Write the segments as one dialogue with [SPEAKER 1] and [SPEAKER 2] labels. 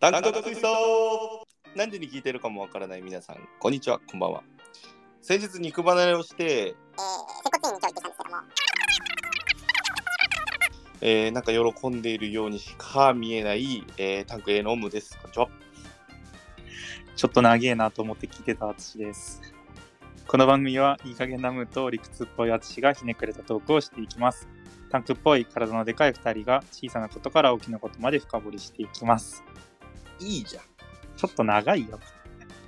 [SPEAKER 1] 単独水槽何時に聞いてるかもわからない皆さん、こんにちは、こんばんは。先日肉離れをして、
[SPEAKER 2] えー、接骨院に今日行ってきたんですけども、
[SPEAKER 1] えーなんか喜んでいるようにしか見えない、えータンク A のオムです。こんにちは。
[SPEAKER 3] ちょっと長えなと思って聞いてた私です。この番組はいい加減なムーと理屈っぽい私がひねくれたトークをしていきます。タンクっぽい体のでかい2人が小さなことから大きなことまで深掘りしていきます。
[SPEAKER 1] いいじゃん。
[SPEAKER 3] ちょっと長いよ。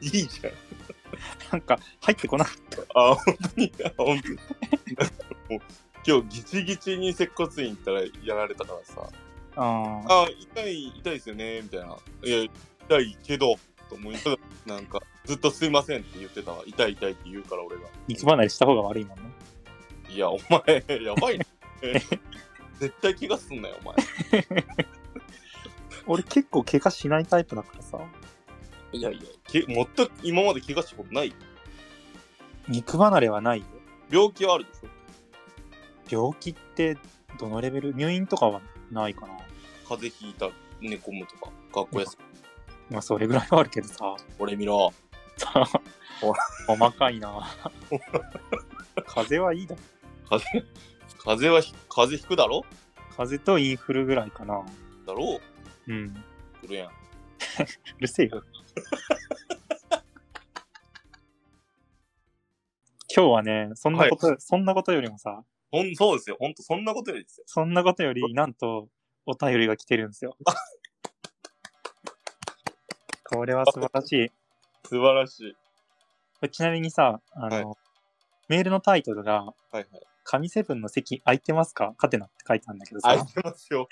[SPEAKER 1] いいじゃん。
[SPEAKER 3] なんか入ってこなかっ
[SPEAKER 1] あ、本当に。あ本当にもう今日ギチギチに接骨院行ったらやられたからさ。
[SPEAKER 3] た。あー
[SPEAKER 1] あ痛い痛いですよねみたいな「いや痛いけど」と思いながらなんかずっと「すいません」って言ってたわ痛い痛いって言うから俺が
[SPEAKER 3] 肉離れした方が悪いもんね。
[SPEAKER 1] 「いやお前やばいね 絶対怪我すんなよお前
[SPEAKER 3] 俺結構怪我しないタイプだからさ。」
[SPEAKER 1] いやいやけ全く今まで怪我したことない
[SPEAKER 3] 肉離れはないよ。
[SPEAKER 1] 病気はあるでしょ
[SPEAKER 3] 病気ってどのレベル入院とかはないかな。
[SPEAKER 1] 風邪ひいた寝込むとか学校休み
[SPEAKER 3] まあそれぐらいはあるけどさ。
[SPEAKER 1] 俺見ろ
[SPEAKER 3] さあ
[SPEAKER 1] お、
[SPEAKER 3] 細かい な。風邪はいいだろ。
[SPEAKER 1] 風邪風邪はひ風邪ひくだろ
[SPEAKER 3] 風邪とインフルぐらいかな。
[SPEAKER 1] だろ
[SPEAKER 3] うん。う
[SPEAKER 1] う来るやん
[SPEAKER 3] るせえよ。 今日はね、そんなこと、そんなことよりもさ、
[SPEAKER 1] ほんそうですよほんとそんなことよりですよ
[SPEAKER 3] そんなことより、なんと、お便りが来てるんです よ。これは素晴らしい。こ
[SPEAKER 1] 素晴らしい
[SPEAKER 3] れちなみにさ、あの、メールのタイトルが、
[SPEAKER 1] はいはい
[SPEAKER 3] 神セブンの席空いてますかハテナって書いてあるんだけど
[SPEAKER 1] 空い
[SPEAKER 3] さ、
[SPEAKER 1] てます よ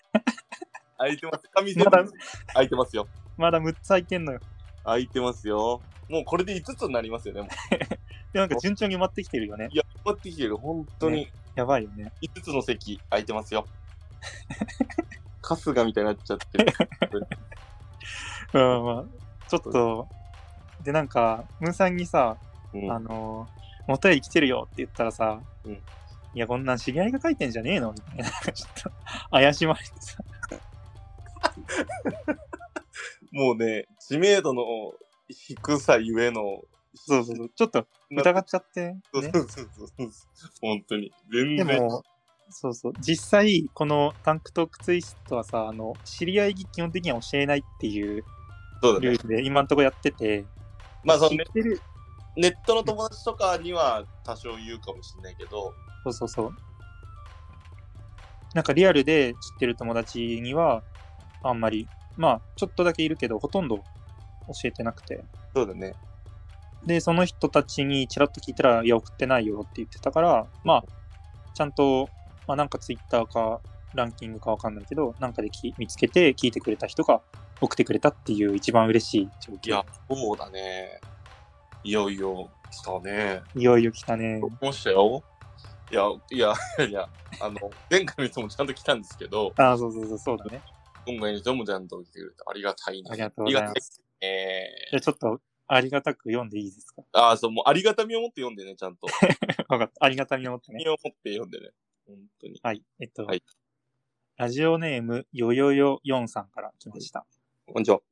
[SPEAKER 1] 空いてます神
[SPEAKER 3] まだ
[SPEAKER 1] 様空いてますよ
[SPEAKER 3] まだ6つ空いてんのよ。
[SPEAKER 1] 空いてますよ。もうこれで5つになりますよね。もう
[SPEAKER 3] で、なんか順調に埋まってきてるよね。
[SPEAKER 1] いや、待ってきてる。本当に
[SPEAKER 3] やばいよね。
[SPEAKER 1] 5つの席空いてます よ。春日みたいになっちゃって る。
[SPEAKER 3] うん、まあ、ちょっと、で、なんか、ムーさんにさ、
[SPEAKER 1] うん
[SPEAKER 3] あの、元へ来てるよって言ったらさ、
[SPEAKER 1] うん
[SPEAKER 3] いや、こんなん知り合いが書いてんじゃねえのみたいな、ちょっと、怪しまれてさ、
[SPEAKER 1] もうね、知名度の低さゆえの。
[SPEAKER 3] そうそうそう、ちょっと疑っちゃって、ね。
[SPEAKER 1] そうそうそうそう本当に。全
[SPEAKER 3] で
[SPEAKER 1] 然。
[SPEAKER 3] も、そうそう、実際、このタンクトークツイストはさ、あの、知り合いに基本的には教えないっていう
[SPEAKER 1] そうだ
[SPEAKER 3] ル
[SPEAKER 1] ね。
[SPEAKER 3] ールで、今んとこやってて、
[SPEAKER 1] まあそ
[SPEAKER 3] 知
[SPEAKER 1] の
[SPEAKER 3] っ
[SPEAKER 1] ネ、
[SPEAKER 3] てる、
[SPEAKER 1] ネットの友達とかには多少言うかもしれないけど、
[SPEAKER 3] そうそうそう。なんかリアルで知ってる友達には、あんまり、まあ、ちょっとだけいるけど、ほとんど教えてなくて。
[SPEAKER 1] そうだね。
[SPEAKER 3] で、その人たちにちらっと聞いたら、いや、送ってないよって言ってたから、まあ、ちゃんと、まあ、なんかツイッターか、ランキングかわかんないけど、なんかでき見つけて、聞いてくれた人が送ってくれたっていう一番嬉しい状況。
[SPEAKER 1] いや、そうだね。いよいよ来たね。
[SPEAKER 3] いよいよ来たね。
[SPEAKER 1] ましたよ。いや、いや、いや、あの、前回の人もちゃんと来たんですけど、
[SPEAKER 3] ああ、そうそうそう、そうだね。
[SPEAKER 1] 今回の人もちゃんと来てくれてありがたい
[SPEAKER 3] あ
[SPEAKER 1] ね。
[SPEAKER 3] りがとうござ
[SPEAKER 1] あ
[SPEAKER 3] い
[SPEAKER 1] りが
[SPEAKER 3] ま
[SPEAKER 1] たい
[SPEAKER 3] す。
[SPEAKER 1] え
[SPEAKER 3] じゃあちょっと、ありがたく読んでいいですか
[SPEAKER 1] ー、ああ、そう、もうありがたみを持って読んでね、ちゃんと。あ
[SPEAKER 3] わかった。ありがたみを持ってね
[SPEAKER 1] り。がたみを持って読んでね。本当に。
[SPEAKER 3] はい。えっと、
[SPEAKER 1] はい
[SPEAKER 3] ラジオネーム、よよよよんさんから来ました。
[SPEAKER 1] こんにちは。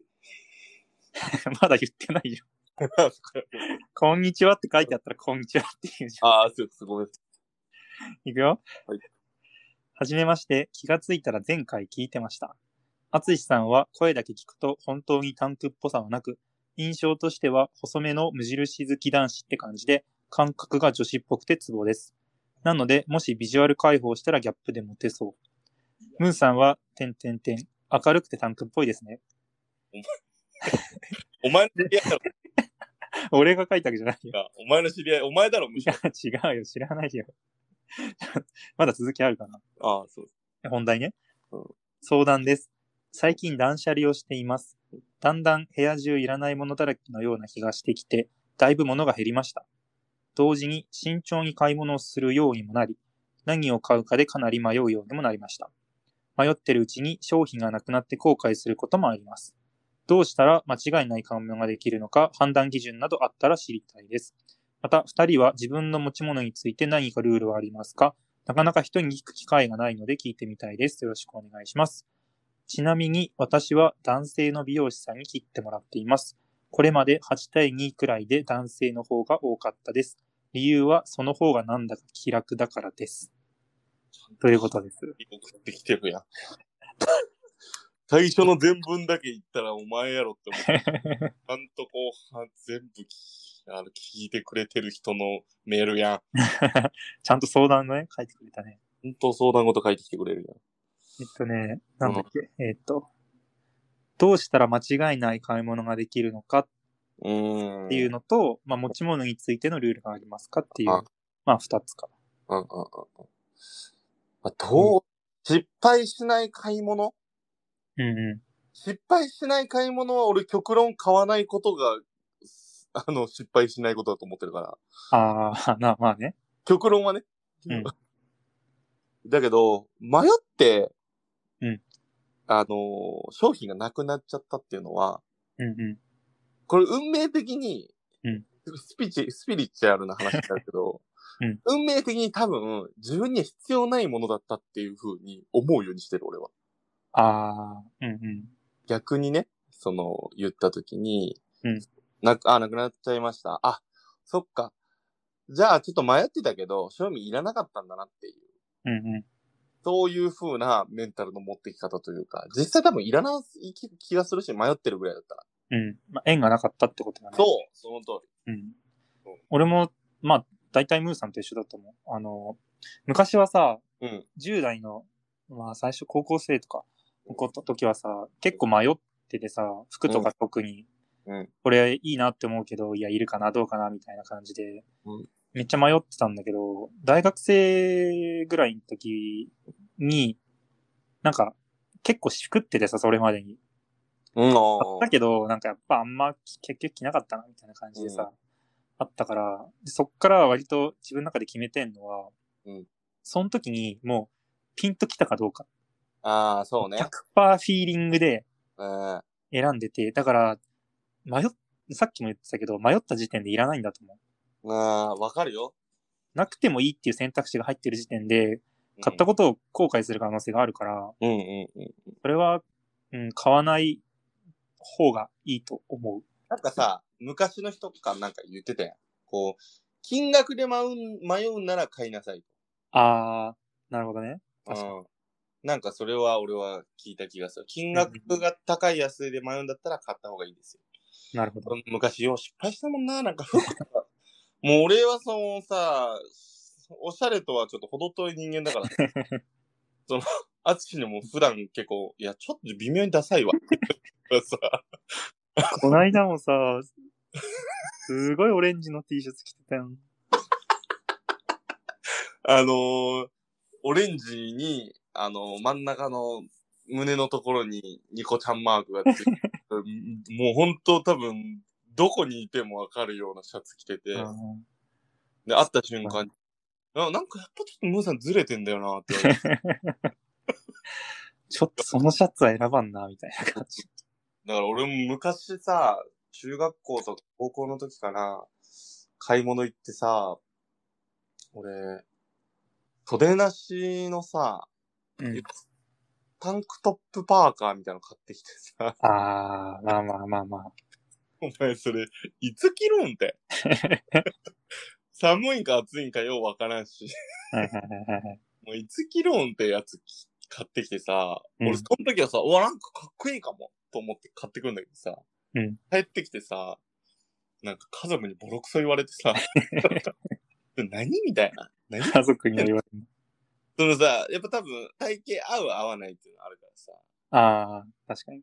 [SPEAKER 3] まだ言ってない よ。こんにちはって書いてあったら、こんにちはって言うじゃん。
[SPEAKER 1] ああ、そうです、ごめんなさ
[SPEAKER 3] いくよ。
[SPEAKER 1] はい。
[SPEAKER 3] じめまして、気がついたら前回聞いてました。あつしさんは声だけ聞くと本当にタンクっぽさはなく、印象としては細めの無印好き男子って感じで、感覚が女子っぽくてツボです。なので、もしビジュアル解放したらギャップでモテそう。ムーさんは、てんてんてん、明るくてタンクっぽいですね。
[SPEAKER 1] い。お前の知り合いだろ
[SPEAKER 3] 俺が書いたわけじゃないよ。
[SPEAKER 1] う が、お前の知り合い、お前だろ、む
[SPEAKER 3] い
[SPEAKER 1] しろ
[SPEAKER 3] や、。違うよ、知らないよ。 まだ続きあるかな。
[SPEAKER 1] ああ、そうです。
[SPEAKER 3] 本題ね
[SPEAKER 1] うん。
[SPEAKER 3] 相談です。最近断捨離をしています。だんだん部屋中いらないものだらけのような気がしてきて、だいぶ物が減りました。同時に慎重に買い物をするようにもなり、何を買うかでかなり迷うようにもなりました。迷ってるうちに商品がなくなって後悔することもあります。どうしたら間違いない買い物ができるのか判断基準などあったら知りたいです。また、二人は自分の持ち物について何かルールはありますかなかなか人に聞く機会がないので聞いてみたいです。よろしくお願いします。ちなみに私は男性の美容師さんに切ってもらっています。これまで8対2くらいで男性の方が多かったです。理由はその方がなんだか気楽だからです。ということです。
[SPEAKER 1] 送ってきてるやん。最初の全文だけ言ったらお前やろって思って。ちゃんとこう、は全部聞きあの聞いてくれてる人のメールやん。
[SPEAKER 3] ちゃんと相談ね、書いてくれたね。
[SPEAKER 1] ほんと相談事書いてきてくれるやん。
[SPEAKER 3] えっとね、なんだっけ、えっと、どうしたら間違いない買い物ができるのか
[SPEAKER 1] うーん。
[SPEAKER 3] っていうのと、まあ、持ち物についてのルールがありますかっていう、
[SPEAKER 1] あ
[SPEAKER 3] まあ、二つか。
[SPEAKER 1] うんうんうんうん。まあ、どう、失敗しない買い物
[SPEAKER 3] うんう
[SPEAKER 1] 失敗しない買い物は俺極論買わないことが、 あの、失敗しないことだと思ってるから。
[SPEAKER 3] ん。ああ、 な、まあね。
[SPEAKER 1] 極論はね。
[SPEAKER 3] うん
[SPEAKER 1] だけど、迷って、
[SPEAKER 3] うん
[SPEAKER 1] あのー、商品がなくなっちゃったっていうのは、
[SPEAKER 3] うんう
[SPEAKER 1] これ運命的に、
[SPEAKER 3] うん
[SPEAKER 1] スピチ、スピリチュアルな話だけど、
[SPEAKER 3] うん
[SPEAKER 1] 運命的に多分、自分には必要ないものだったっていう風に思うようにしてる、俺は。
[SPEAKER 3] ん。ああ、うんうん。
[SPEAKER 1] 逆にね、その、言った時に、
[SPEAKER 3] うん
[SPEAKER 1] なく、あ、なくなっちゃいました。あ、そっか。じゃあ、ちょっと迷ってたけど、賞味いらなかったんだなっていう。
[SPEAKER 3] うんうん。
[SPEAKER 1] そういう風なメンタルの持ってき方というか、実際多分いらない気気がするし、迷ってるぐらいだったら。
[SPEAKER 3] うん。まあ、縁がなかったってことだね。
[SPEAKER 1] そう、その通
[SPEAKER 3] う。ん
[SPEAKER 1] そう。
[SPEAKER 3] 俺も、まあ、大体ムーさんと一緒だと思う。あの、昔はさ、
[SPEAKER 1] り。うん。
[SPEAKER 3] 10代の、まあ、最初高校生とか、こった時はさ、結構迷っててさ、服とか特に、
[SPEAKER 1] うん
[SPEAKER 3] これいいなって思うけど、いや、いるかな、どうかな、みたいな感じで、
[SPEAKER 1] うん
[SPEAKER 3] めっちゃ迷ってたんだけど、大学生ぐらいの時に、なんか、結構しくっててさ、それまでに。
[SPEAKER 1] うん、
[SPEAKER 3] あったけど、なんかやっぱあんま結局着なかったな、みたいな感じでさ、
[SPEAKER 1] うん
[SPEAKER 3] あったから、でそっからは割と自分の中で決めてんのは、
[SPEAKER 1] うん
[SPEAKER 3] その時にもうピンときたかどうか、
[SPEAKER 1] ああ、そうね。
[SPEAKER 3] 100%フィーリングで
[SPEAKER 1] うん。
[SPEAKER 3] 選んでて、だから、迷っ、さっきも言ってたけど、迷った時点でいらないんだと思う。
[SPEAKER 1] あーわかるよ。
[SPEAKER 3] なくてもいいっていう選択肢が入ってる時点で、買ったことを後悔する可能性があるから、
[SPEAKER 1] うんうんうん。
[SPEAKER 3] それは、うん、買わない方がいいと思う。
[SPEAKER 1] なんかさ、昔の人とかなんか言ってたやん。こう、金額で迷うん迷うんなら買いなさい。
[SPEAKER 3] あー、なるほどね。確かに
[SPEAKER 1] うん。なんかそれは俺は聞いた気がする。金額が高い安いで迷うんだったら買った方がいいですよ。
[SPEAKER 3] なるほど。
[SPEAKER 1] 昔よう失敗したもんな、なんか服とか。もう俺はそのさ、おしゃれとはちょっと程遠い人間だからさ。 その、あつしにも普段結構、いや、ちょっと微妙にダサ いわ。さ、
[SPEAKER 3] こないだもさ、すごいオレンジの T シャツ着てたよ。
[SPEAKER 1] あのーオレンジに、あのー真ん中の胸のところにニコちゃんマークがついてる、もう本当多分、どこにいてもわかるようなシャツ着てて、で、会った瞬間に、あなんかやっぱちょっとムーさんずれてんだよなって言われて
[SPEAKER 3] ちょっとそのシャツは選ばんな、みたいな感じ。
[SPEAKER 1] だから俺も昔さ、中学校とか高校の時かな、買い物行ってさ、俺、袖なしのさ、
[SPEAKER 3] うん、
[SPEAKER 1] タンクトップパーカーみたいなの買ってきてさ、
[SPEAKER 3] あー、まあまあまあまあ。
[SPEAKER 1] お前それ、いつ着るん て。寒いんか暑いんかようわからんし。
[SPEAKER 3] はいはいはいはいはい。
[SPEAKER 1] もういつ着るんってやつき買ってきてさ、
[SPEAKER 3] うん
[SPEAKER 1] 俺その時はさ、うわ、なんかかっこいいかもと思って買ってくるんだけどさ、
[SPEAKER 3] うん
[SPEAKER 1] 帰ってきてさ、なんか家族にボロクソ言われて さ、何みたいな。何
[SPEAKER 3] 家族には言われる。
[SPEAKER 1] そのさ、やっぱ多分体型合う合わないっていうのあるからさ、
[SPEAKER 3] あー、確かに。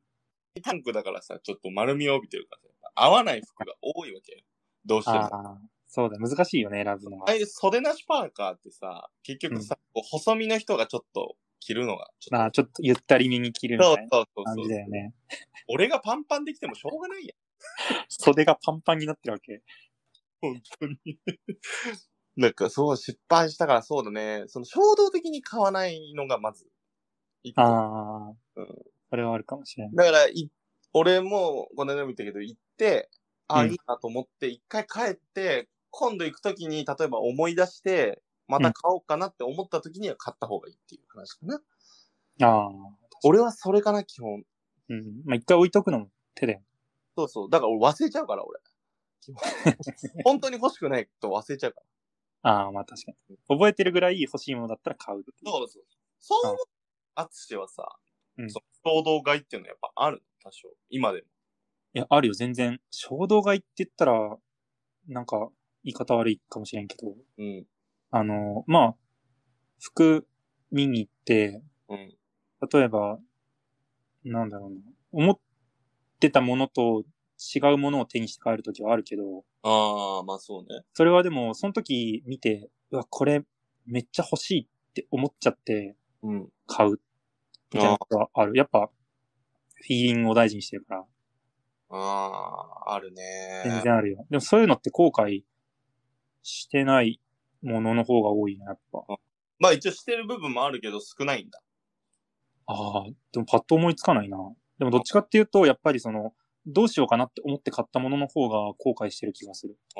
[SPEAKER 1] タンクだからさ、ちょっと丸みを帯びてるからさ、合わない服が多いわけよ。どうしても
[SPEAKER 3] あ。ー、そうだ、難しいよね、選ぶの
[SPEAKER 1] あ
[SPEAKER 3] は。
[SPEAKER 1] あいう袖なしパーカーってさ、結局さ、こう細身の人がちょっと着るのが、ちょっ
[SPEAKER 3] あー、ちょっとゆったりめに着るみ
[SPEAKER 1] と。そう
[SPEAKER 3] たいな
[SPEAKER 1] そうそう
[SPEAKER 3] 感
[SPEAKER 1] そ
[SPEAKER 3] じ
[SPEAKER 1] う。
[SPEAKER 3] だよね。
[SPEAKER 1] 俺がパンパンできてもしょうがないや
[SPEAKER 3] 袖がパンパンになってるわけ。
[SPEAKER 1] ん。本当に。なんかそう、失敗したからそうだね。その衝動的に買わないのがまず。一個
[SPEAKER 3] あー
[SPEAKER 1] うん、
[SPEAKER 3] それはあるかもしれない。
[SPEAKER 1] だからい、俺もこの間見たけど、行って、あ、
[SPEAKER 3] うん
[SPEAKER 1] いいなと思って、一回帰って、今度行くときに、例えば思い出して、また買おうかなって思ったときには買った方がいいっていう話かな。
[SPEAKER 3] あー、
[SPEAKER 1] 俺はそれかな、基本。
[SPEAKER 3] うん。まあ、一回置いとくのも手だよ。
[SPEAKER 1] そうそう。だから俺忘れちゃうから、俺。基本 本当に欲しくないと忘れちゃうから。
[SPEAKER 3] ああ、まあ確かに。覚えてるぐらい欲しいものだったら買う。
[SPEAKER 1] そうそう。そう思う。あつしはさ、
[SPEAKER 3] うん
[SPEAKER 1] その衝動買いっていうのはやっぱあるの多少。今でも。
[SPEAKER 3] いや、あるよ、全然。衝動買いって言ったら、なんか、言い方悪いかもしれんけど、
[SPEAKER 1] うん。
[SPEAKER 3] あの、まあ、服見に行って、
[SPEAKER 1] うん。
[SPEAKER 3] 例えば、なんだろうな、思ってたものと違うものを手にして帰るときはあるけど、
[SPEAKER 1] ああ、まあそうね。
[SPEAKER 3] それはでも、その時見て、うわ、これめっちゃ欲しいって思っちゃって
[SPEAKER 1] うん。
[SPEAKER 3] 買う、みたいなことはある。やっぱ、フィーリングを大事にしてるから、
[SPEAKER 1] ああ、あるね。
[SPEAKER 3] 全然あるよ。でもそういうのって後悔してないものの方が多いな、やっぱ。
[SPEAKER 1] まあ一応してる部分もあるけど少ないんだ。
[SPEAKER 3] ああ、でもパッと思いつかないな。でもどっちかっていうと、やっぱりその、どうしようかなって思って買ったものの方が後悔してる気がする。
[SPEAKER 1] あ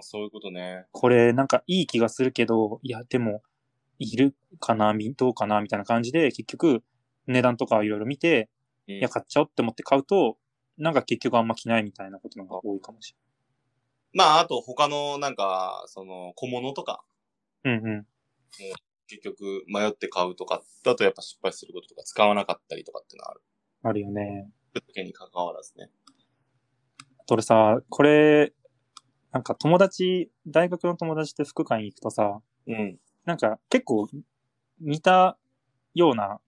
[SPEAKER 1] あ、そういうことね。
[SPEAKER 3] これなんかいい気がするけど、いや、でも、いるかな、みどうかな、みたいな感じで、結局、値段とかいろいろ見て、
[SPEAKER 1] うん
[SPEAKER 3] いや、買っちゃおうって思って買うと、なんか結局あんま着ないみたいなことの方が多いかもし
[SPEAKER 1] まああと他のなんか、その小物とか、
[SPEAKER 3] れない。うんうん。
[SPEAKER 1] 結局迷って買うとかだとやっぱ失敗することとか使わなかったりとかってのはある。
[SPEAKER 3] あるよね。
[SPEAKER 1] 時に関わらずね。
[SPEAKER 3] 俺さ、これ、なんか友達、大学の友達と服館に行くとさ、
[SPEAKER 1] うん。
[SPEAKER 3] なんか結構似たような、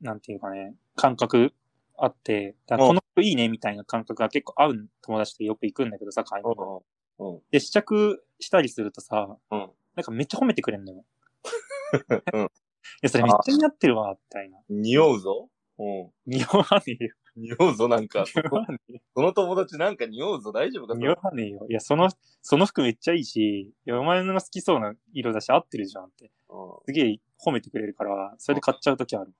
[SPEAKER 3] なんていうかね、感覚あって、だから
[SPEAKER 1] うん
[SPEAKER 3] この服いいねみたいな感覚が結構合う友達とよく行くんだけどさ、買い物。
[SPEAKER 1] うん。うん。
[SPEAKER 3] で、試着したりするとさ、
[SPEAKER 1] うん
[SPEAKER 3] なんかめっちゃ褒めてくれんのよ。
[SPEAKER 1] うん
[SPEAKER 3] いや、それめっちゃ似合ってるわ、みたいな。
[SPEAKER 1] 匂うぞ。うん。
[SPEAKER 3] 似合わねえ よ。
[SPEAKER 1] 匂うぞ、なん か。
[SPEAKER 3] 似合わねえよ。
[SPEAKER 1] その友達なんか匂うぞ、大丈夫か
[SPEAKER 3] 似合わねえよ。いや、その、その服めっちゃいいし、いや、お前のが好きそうな色だし合ってるじゃんって。
[SPEAKER 1] うん、
[SPEAKER 3] すげえ褒めてくれるから、それで買っちゃうときある。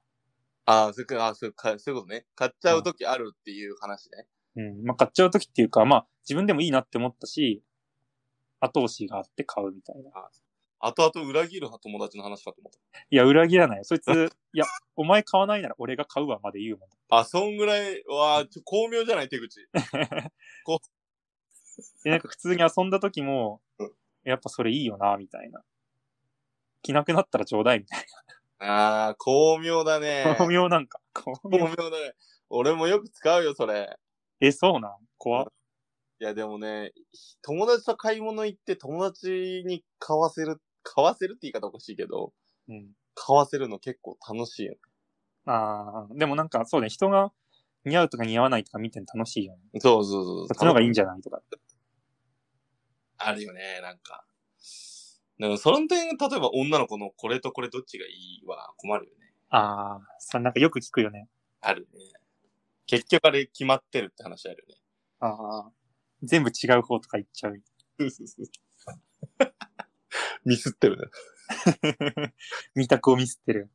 [SPEAKER 1] ああ、そういうかあーそういうかそういうことね。買っちゃうときあるっていう話ね。
[SPEAKER 3] うん。まあ、買っちゃうときっていうか、まあ、自分でもいいなって思ったし、後押しがあって買うみたいな。
[SPEAKER 1] 後々裏切る友達の話かと思っ
[SPEAKER 3] いや、裏切らないよ。そ いつ、いや、お前買わないなら俺が買うわまで言うもん。
[SPEAKER 1] た。あ、そんぐらいは、ちょ巧妙じゃない手口。
[SPEAKER 3] で、なんか普通に遊んだときも
[SPEAKER 1] うん、
[SPEAKER 3] やっぱそれいいよな、みたいな。着なくなったらちょうだい、みたい
[SPEAKER 1] ああ、巧妙だね
[SPEAKER 3] な。。 巧妙なんか。巧
[SPEAKER 1] 巧
[SPEAKER 3] 妙。
[SPEAKER 1] 妙だね。俺もよく使うよ、それ。
[SPEAKER 3] え、そうなん怖っ
[SPEAKER 1] いや、でもね、友達と買い物行って友達に買わせる、買わせるって言い方おかしいけど、
[SPEAKER 3] うん。
[SPEAKER 1] 買わせるの結構楽しいよ、
[SPEAKER 3] ああ、でもなんかそうね、人が似合うとか似合わないとか見てるの楽しいよね。
[SPEAKER 1] ね。そうそうそう。
[SPEAKER 3] そっちの方がいいん
[SPEAKER 1] じ
[SPEAKER 3] じゃないとか。
[SPEAKER 1] ゃん。あるよね、なんか。なんかその点、例えば女の子のこれとこれどっちがいいは困るよね。
[SPEAKER 3] ああ、それなんかよく聞くよね。
[SPEAKER 1] あるね。結局あれ決まってるって話あるよね。
[SPEAKER 3] ああ。全部違う方とか言っちゃう。
[SPEAKER 1] ミスってるね。
[SPEAKER 3] 見たくをミスってる。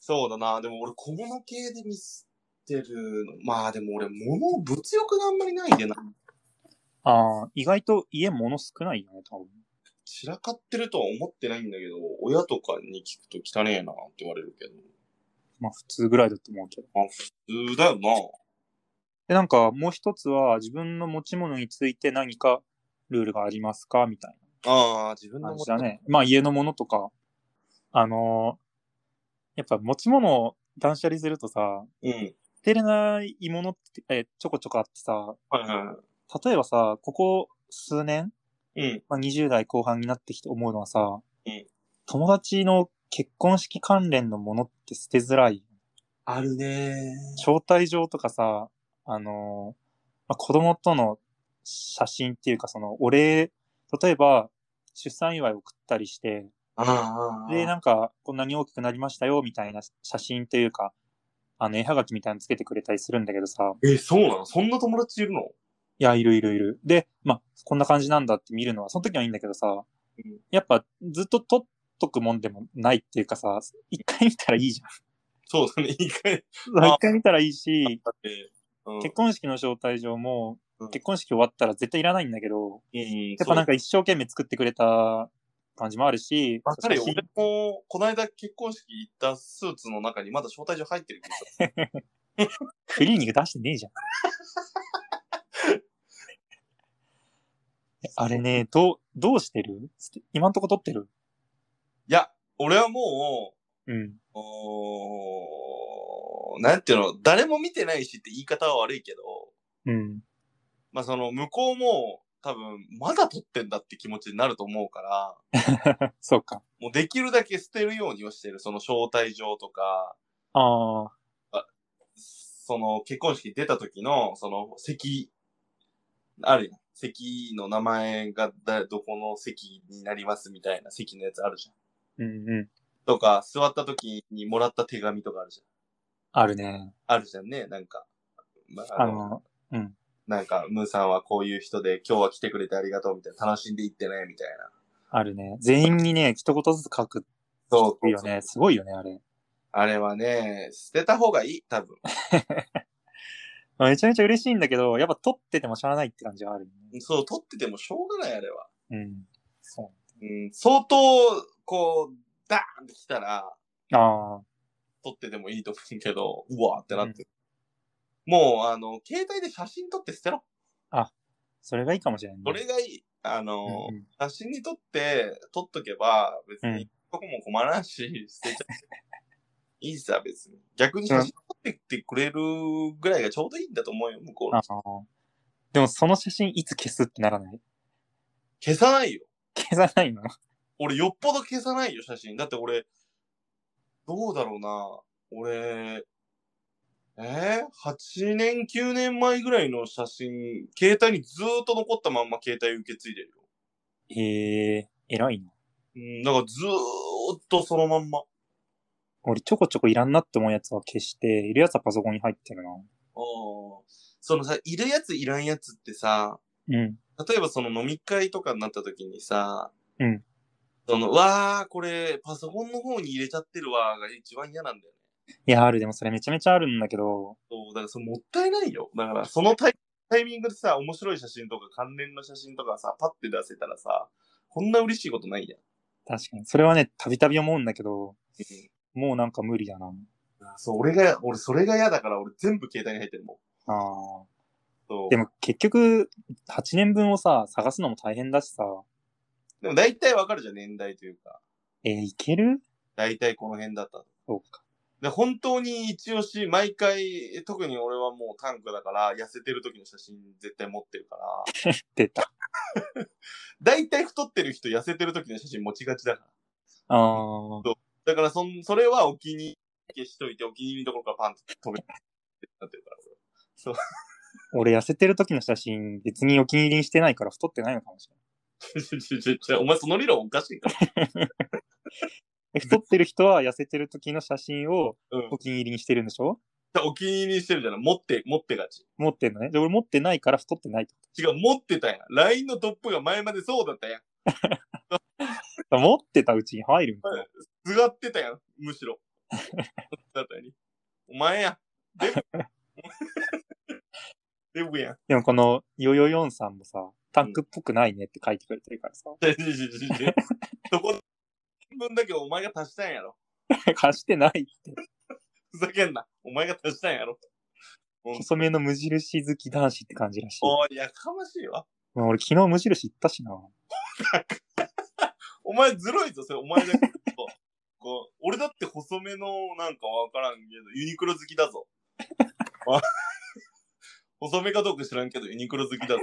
[SPEAKER 1] そうだな。でも俺小物系でミスってるの。まあでも俺物、物欲があんまりないんでな。
[SPEAKER 3] ああ、意外と家物少ないよね、多分。
[SPEAKER 1] 散らかってるとは思ってないんだけど、親とかに聞くと汚ねえなって言われるけど。
[SPEAKER 3] まあ普通ぐらいだと思うけど。
[SPEAKER 1] 普通だよな。
[SPEAKER 3] で、なんかもう一つは自分の持ち物について何かルールがありますかみたい
[SPEAKER 1] ああ、自分
[SPEAKER 3] な
[SPEAKER 1] の
[SPEAKER 3] 感
[SPEAKER 1] も
[SPEAKER 3] じだ。ね。まあ家のものとか、あのーやっぱ持ち物を断捨離するとさ、
[SPEAKER 1] うん。
[SPEAKER 3] 捨てれないものって、え、ちょこちょこあってさ、
[SPEAKER 1] はいは
[SPEAKER 3] 例えばさ、ここ数年、
[SPEAKER 1] い。うん。
[SPEAKER 3] まあ、20代後半になってきて思うのはさ、
[SPEAKER 1] うん
[SPEAKER 3] 友達の結婚式関連のものって捨てづらい。
[SPEAKER 1] あるね
[SPEAKER 3] 招待状とかさ、あのーまあ、子供との写真っていうか、その、お礼、例えば、出産祝い送ったりして、
[SPEAKER 1] ああああ。
[SPEAKER 3] で、なんか、こんなに大きくなりましたよ、みたいな写真というか、あの、絵はがきみたいなのつけてくれたりするんだけどさ、
[SPEAKER 1] え、そうなのそんな友達いるの
[SPEAKER 3] いや、いるいるいる。で、まあ、こんな感じなんだって見るのは、その時はいいんだけどさ
[SPEAKER 1] うん、
[SPEAKER 3] やっぱずっと撮っとくもんでもないっていうかさ、一回見たらいいじ
[SPEAKER 1] そうだね。一回。
[SPEAKER 3] ゃん。一回見たらいいし、
[SPEAKER 1] うん
[SPEAKER 3] 結婚式の招待状も
[SPEAKER 1] うん、
[SPEAKER 3] 結婚式終わったら絶対いらないんだけど、
[SPEAKER 1] うん
[SPEAKER 3] やっぱなん
[SPEAKER 1] か、
[SPEAKER 3] か一生懸命作ってくれた感じもあるし、
[SPEAKER 1] わかるよ。
[SPEAKER 3] 写真
[SPEAKER 1] 俺も、こないだ結婚式行ったスーツの中にまだ招待状入ってるけどさ
[SPEAKER 3] クリーニング出してねえじ ゃん。えあれね、どう、どうしてる捨て今んとこ撮ってる
[SPEAKER 1] いや、俺はも
[SPEAKER 3] うん。
[SPEAKER 1] う、おーなんていうの、誰も見てないしって言い方は悪いけど、
[SPEAKER 3] うん。
[SPEAKER 1] まあその、向こうも、多分、まだ撮ってんだって気持ちになると思うから、
[SPEAKER 3] そうか。
[SPEAKER 1] もうできるだけ捨てるようにはしてる。その招待状とか、
[SPEAKER 3] ああ、
[SPEAKER 1] その結婚式出た時の、その席、あるやん。席の名前がだどこの席になりますみたいな席のやつあるじゃん。
[SPEAKER 3] うんうん。
[SPEAKER 1] とか、座った時にもらった手紙とかあるじ
[SPEAKER 3] あるね。
[SPEAKER 1] ゃん。あるじゃんね、なんか。まあ、
[SPEAKER 3] あ
[SPEAKER 1] あの、
[SPEAKER 3] の、
[SPEAKER 1] なんか、ムーさんはこういう人で、今日は来てくれてありがとうみたいな、楽しんでいってね、みたいな。
[SPEAKER 3] あるね。全員にね、一言ずつ書く
[SPEAKER 1] そうそう
[SPEAKER 3] よね。すごいよね、あれ。
[SPEAKER 1] あれはね、捨てた方がいい、多分。
[SPEAKER 3] まあめちゃめちゃ嬉しいんだけど、やっぱ撮っててもしゃあないって感じはあるよね。
[SPEAKER 1] そう、取っててもしょうがない、あれは。
[SPEAKER 3] うん。そ
[SPEAKER 1] うん、相当、こう、ダーンってきたら、
[SPEAKER 3] う。ああ、
[SPEAKER 1] 撮っててもいいと思うけど、うわーってなってる。もう、あの、携帯で写真撮って捨てろ。
[SPEAKER 3] それがいいかもしれないね。
[SPEAKER 1] それがいい。あの、
[SPEAKER 3] うんうん
[SPEAKER 1] 写真に撮って、撮っとけば、別
[SPEAKER 3] う
[SPEAKER 1] に
[SPEAKER 3] ん、
[SPEAKER 1] どこも困らんし、捨てちゃう。いいさ、別に。逆に写真撮ってきてくれるぐらいがちょうどいいんだと思うよ、向こう
[SPEAKER 3] あ
[SPEAKER 1] の
[SPEAKER 3] あ。でもその写真いつ消すってならない
[SPEAKER 1] 消さないよ。
[SPEAKER 3] 消さないの
[SPEAKER 1] 俺、よっぽど消さないよ、写真。だって俺、どうだろうな。俺、えー、8年、9年前ぐらいの写真、携帯にずーっと残ったまんま携帯受け継いでるよ。
[SPEAKER 3] ええ偉いな。
[SPEAKER 1] うん、だからずーっとそのまんま。あ
[SPEAKER 3] 俺ちょこちょこいらんなって思うやつは消して、いるやつはパソコンに入ってるな。
[SPEAKER 1] ーそのさ、いるやついらんやつってさ、
[SPEAKER 3] うん。
[SPEAKER 1] 例えばその飲み会とかになった時にさ、
[SPEAKER 3] うん。
[SPEAKER 1] その、わー、これ、パソコンの方に入れちゃってるわーが一番嫌なんだよね。
[SPEAKER 3] いや、ある、でもそれめちゃめちゃあるんだけど、
[SPEAKER 1] そう、だからそれもったいないよ。だからそのタイタイミングでさ、面白い写真とか関連の写真とかさ、パッて出せたらさ、こんな嬉しいことないやん。
[SPEAKER 3] 確かに。それはね、たびたび思うんだけど、もうなんか無理だな。
[SPEAKER 1] そう、俺が、俺それが嫌だから俺全部携帯に入ってるもん。
[SPEAKER 3] あ
[SPEAKER 1] そ
[SPEAKER 3] あ。
[SPEAKER 1] う。で
[SPEAKER 3] で
[SPEAKER 1] も、
[SPEAKER 3] も結局、8年分をさ、探すのも大変だしさ、
[SPEAKER 1] でも大体わかるじゃん、年代というか。
[SPEAKER 3] えーいける
[SPEAKER 1] 大体この辺だったと。
[SPEAKER 3] そうか。
[SPEAKER 1] で、本当に一押し、毎回、特に俺はもうタンクだから、痩せてる時の写真絶対持ってるから、
[SPEAKER 3] 出た。
[SPEAKER 1] 大体太ってる人痩せてる時の写真持ちがちだから。
[SPEAKER 3] ああ。
[SPEAKER 1] だからそん、それはお気に入り消しといて、お気に入りのところからパンって止めて、なってるから、俺は
[SPEAKER 3] 俺痩せてる時の写真、別にお気に入りにしてないから太ってないのかもしれない。
[SPEAKER 1] ちょちょちょちょお前その理論おかしいから。
[SPEAKER 3] え太ってる人は痩せてる時の写真を
[SPEAKER 1] うん
[SPEAKER 3] お気に入りにしてるんでしょ
[SPEAKER 1] お気に入りにしてるじゃない持って、持ってがち。
[SPEAKER 3] 持ってんのね。で、俺持ってないから太ってないってこ
[SPEAKER 1] 違う、持ってたやん。LINE のトップが前までそうだったやん。
[SPEAKER 3] と。持ってたうちに入るんだ。
[SPEAKER 1] はいすがってたやん、むし ろ。だったに。お前や。デブ。デブやん。
[SPEAKER 3] でもこの、ヨヨヨンさんもさ、タンクっぽくないねって書いてくれてるからさ。
[SPEAKER 1] ちょちょちょちょそこ、分だけお前が足したんやろ。
[SPEAKER 3] 貸してないって。
[SPEAKER 1] ふざけんな。お前が足したんや ろ。
[SPEAKER 3] 細めの無印好き男子って感じらしい。
[SPEAKER 1] おい、やかましいわ。
[SPEAKER 3] まあ俺昨日無印行ったしな。
[SPEAKER 1] お前ずるいぞ、それお前だけ。こうこう俺だって細めの、なんかわからんけど、ユニクロ好きだぞ。 あ細めかどうか知らんけど、ユニクロ好きだぞ。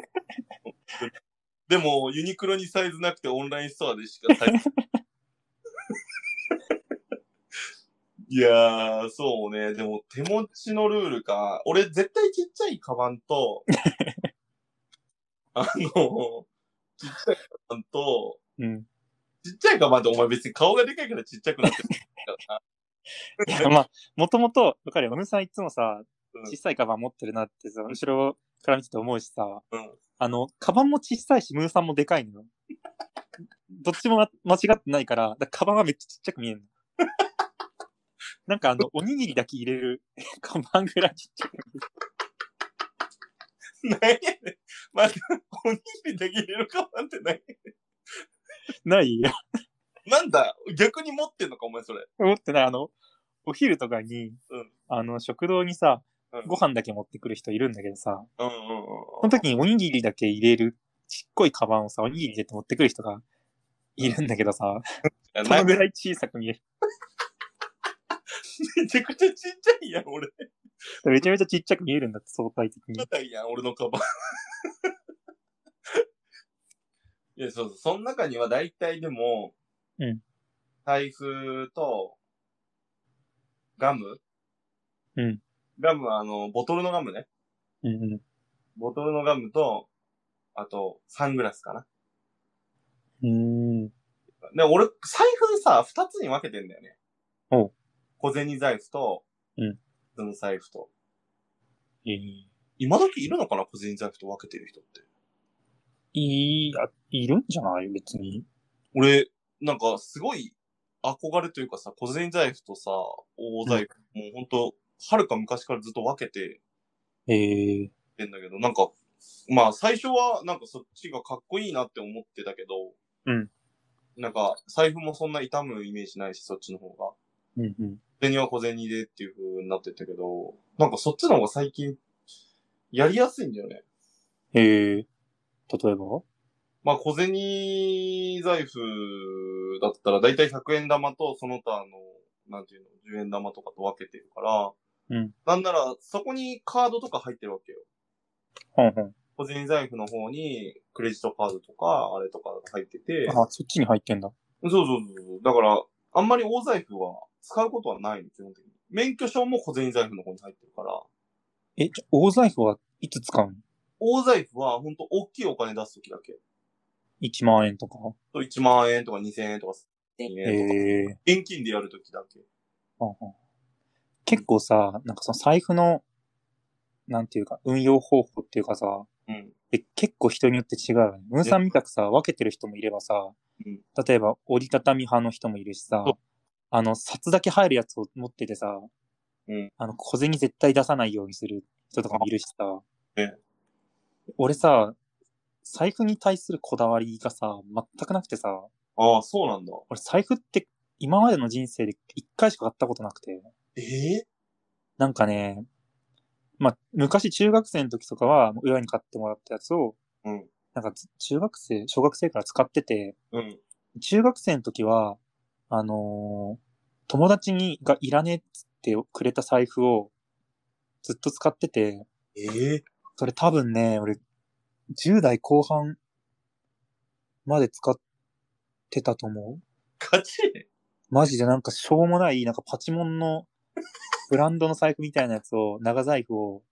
[SPEAKER 1] でも、ユニクロにサイズなくてオンラインストアでしかサイズ。いやー、そうね。でも、手持ちのルールか。俺、絶対ちっちゃいカバンと、あの、ちっちゃいカバンと、
[SPEAKER 3] うん。
[SPEAKER 1] ちっちゃいかまって、お前別に顔がでかいからちっちゃくなってるから
[SPEAKER 3] いや、まあ、もともと、わかるよ。おむさんいつもさ
[SPEAKER 1] うん、
[SPEAKER 3] 小さいカバン持ってるなってさ、後ろから見てて思うしさ、
[SPEAKER 1] うん
[SPEAKER 3] あの、カバンも小さいし、ムーさんもでかい のよ。どっちもま間違ってないから、だからカバンはめっちゃちっちゃ く見えるの。なんかあの、おにぎりだけ入れる カバンぐらいちっちゃく見える。
[SPEAKER 1] な。何やねん。また、おにぎりだけ入れるかまってない。
[SPEAKER 3] ないよ。
[SPEAKER 1] なんだ、逆に持ってんのか、お前それ。
[SPEAKER 3] 思ってない、あの、お昼とかに、
[SPEAKER 1] うん
[SPEAKER 3] あの、食堂にさ
[SPEAKER 1] うん、
[SPEAKER 3] ご飯だけ持ってくる人いるんだけどさ、
[SPEAKER 1] うんうんうん
[SPEAKER 3] その時におにぎりだけ入れる、ちっこいカバンをさ、おにぎり入れて持ってくる人がいるんだけどさ、
[SPEAKER 1] いや。
[SPEAKER 3] そ
[SPEAKER 1] な
[SPEAKER 3] の
[SPEAKER 1] んか
[SPEAKER 3] ぐらい小さく見える。
[SPEAKER 1] めちゃくちゃちっちゃいやん、俺。
[SPEAKER 3] めちゃめちゃちっちゃく見えるんだって、相対的に。
[SPEAKER 1] 硬いやん、俺のカバン。 いや、そうそう。その中には大体でも、
[SPEAKER 3] うん。
[SPEAKER 1] 財布と、ガム
[SPEAKER 3] うん。
[SPEAKER 1] ガムはあの、ボトルのガムね。
[SPEAKER 3] うんうん。
[SPEAKER 1] ボトルのガムと、あと、サングラスかな。
[SPEAKER 3] うーん。
[SPEAKER 1] で、俺、財布さ、二つに分けてんだよね。
[SPEAKER 3] おう
[SPEAKER 1] 小銭財布と、
[SPEAKER 3] うん。
[SPEAKER 1] 普通の財布と。
[SPEAKER 3] えー
[SPEAKER 1] 今時いるのかな小銭財布と分けてる人って。
[SPEAKER 3] いい、あいるんじゃない別に。
[SPEAKER 1] 俺、なんか、すごい、憧れというかさ、小銭財布とさ、大財布、もうほんと、はるか昔からずっと分けて
[SPEAKER 3] えー、
[SPEAKER 1] んだけど、なんか、まあ、最初は、なんかそっちがかっこいいなって思ってたけど、
[SPEAKER 3] うん。
[SPEAKER 1] なんか、財布もそんな痛むイメージないし、そっちの方が。
[SPEAKER 3] うんうん。
[SPEAKER 1] 小銭は小銭でっていう風になってったけど、なんかそっちの方が最近、やりやすいんだよね。
[SPEAKER 3] えー、例えば
[SPEAKER 1] まあ小銭財布だったら、だいたい100円玉とその他の、なんていうの、10円玉とかと分けてるから、
[SPEAKER 3] うん。
[SPEAKER 1] なんなら、そこにカードとか入ってるわけよ。
[SPEAKER 3] ほんほん。
[SPEAKER 1] 小銭財布の方に、クレジットカードとか、あれとかが入ってて、
[SPEAKER 3] あ、そっちに入ってんだ。
[SPEAKER 1] そうそうそうそう。だから、あんまり大財布は使うことはないの、基本的に。免許証も小銭財布の方に入ってるから、
[SPEAKER 3] え、じゃあ大財布はいつ使うの
[SPEAKER 1] 大財布は、ほんと、大きいお金出すときだけ。
[SPEAKER 3] ?1 万円とか。
[SPEAKER 1] そう1万円とか2000円とか1000
[SPEAKER 3] え
[SPEAKER 1] 円とか、
[SPEAKER 3] ー。
[SPEAKER 1] 現金でやるときだけ。
[SPEAKER 3] うんうん結構さ、なんかその財布の、なんていうか、運用方法っていうかさ、
[SPEAKER 1] うん。
[SPEAKER 3] え結構人によって違うよね。ムーさんみたくさ、分けてる人もいればさ、
[SPEAKER 1] うん
[SPEAKER 3] 例えば折りたたみ派の人もいるしさ
[SPEAKER 1] そう、
[SPEAKER 3] あの、札だけ入るやつを持っててさ、
[SPEAKER 1] うん
[SPEAKER 3] あの、小銭絶対出さないようにする人とかもいるしさ、
[SPEAKER 1] ね
[SPEAKER 3] 俺さ、財布に対するこだわりがさ、全くなくてさ、
[SPEAKER 1] ああ、そうなんだ。
[SPEAKER 3] 俺財布って今までの人生で一回しか買ったことなくて。
[SPEAKER 1] ええ
[SPEAKER 3] なんかね、まあ、昔中学生の時とかは、親に買ってもらったやつを、
[SPEAKER 1] うん
[SPEAKER 3] なんかつ中学生、小学生から使ってて、
[SPEAKER 1] うん。
[SPEAKER 3] 中学生の時は、あのー友達にがいらねえっつってくれた財布をずっと使ってて、
[SPEAKER 1] ええ
[SPEAKER 3] それ多分ね、俺、10代後半まで使ってたと思う。
[SPEAKER 1] 勝ち
[SPEAKER 3] マジでなんかしょうもない、なんかパチモンのブランドの財布みたいなやつを、長財布を、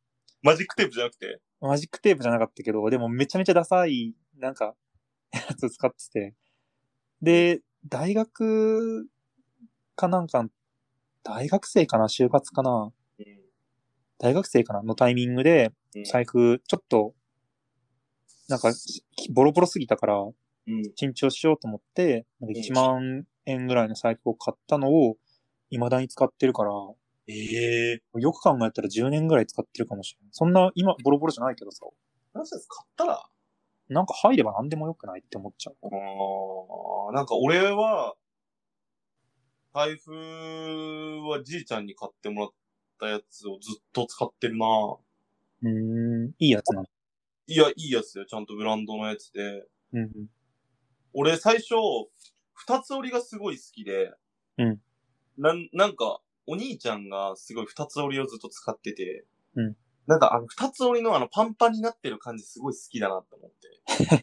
[SPEAKER 1] マジックテープじゃなくて
[SPEAKER 3] マジックテープじゃなかったけど、でもめちゃめちゃダサい、なんか、やつ使ってて。で、大学かなんか、大学生かな就活かな
[SPEAKER 1] うん。
[SPEAKER 3] 大学生かなのタイミングで、
[SPEAKER 1] うん
[SPEAKER 3] 財布、ちょっと、なんか、ボロボロすぎたから、
[SPEAKER 1] うん。
[SPEAKER 3] 珍重しようと思って、なんか1万円ぐらいの財布を買ったのを、未だに使ってるから、
[SPEAKER 1] ええ
[SPEAKER 3] よく考えたら10年ぐらい使ってるかもしれない。そんな、今、ボロボロじゃないけどさ、
[SPEAKER 1] 何せ買ったらあ
[SPEAKER 3] なんか入れば何でもよくないって思っちゃう。
[SPEAKER 1] あ、なんか俺は、財布はじいちゃんに買ってもらったやつをずっと使ってるな。
[SPEAKER 3] うーん、いいやつなの。
[SPEAKER 1] いや、いいやつだよ。ちゃんとブランドのやつで。
[SPEAKER 3] うんうん。
[SPEAKER 1] 俺最初、二つ折りがすごい好きで、
[SPEAKER 3] うん。
[SPEAKER 1] なん、なんか、お兄ちゃんがすごい二つ折りをずっと使ってて、
[SPEAKER 3] うん。
[SPEAKER 1] なんかあの二つ折りのあのパンパンになってる感じすごい好きだなって思って。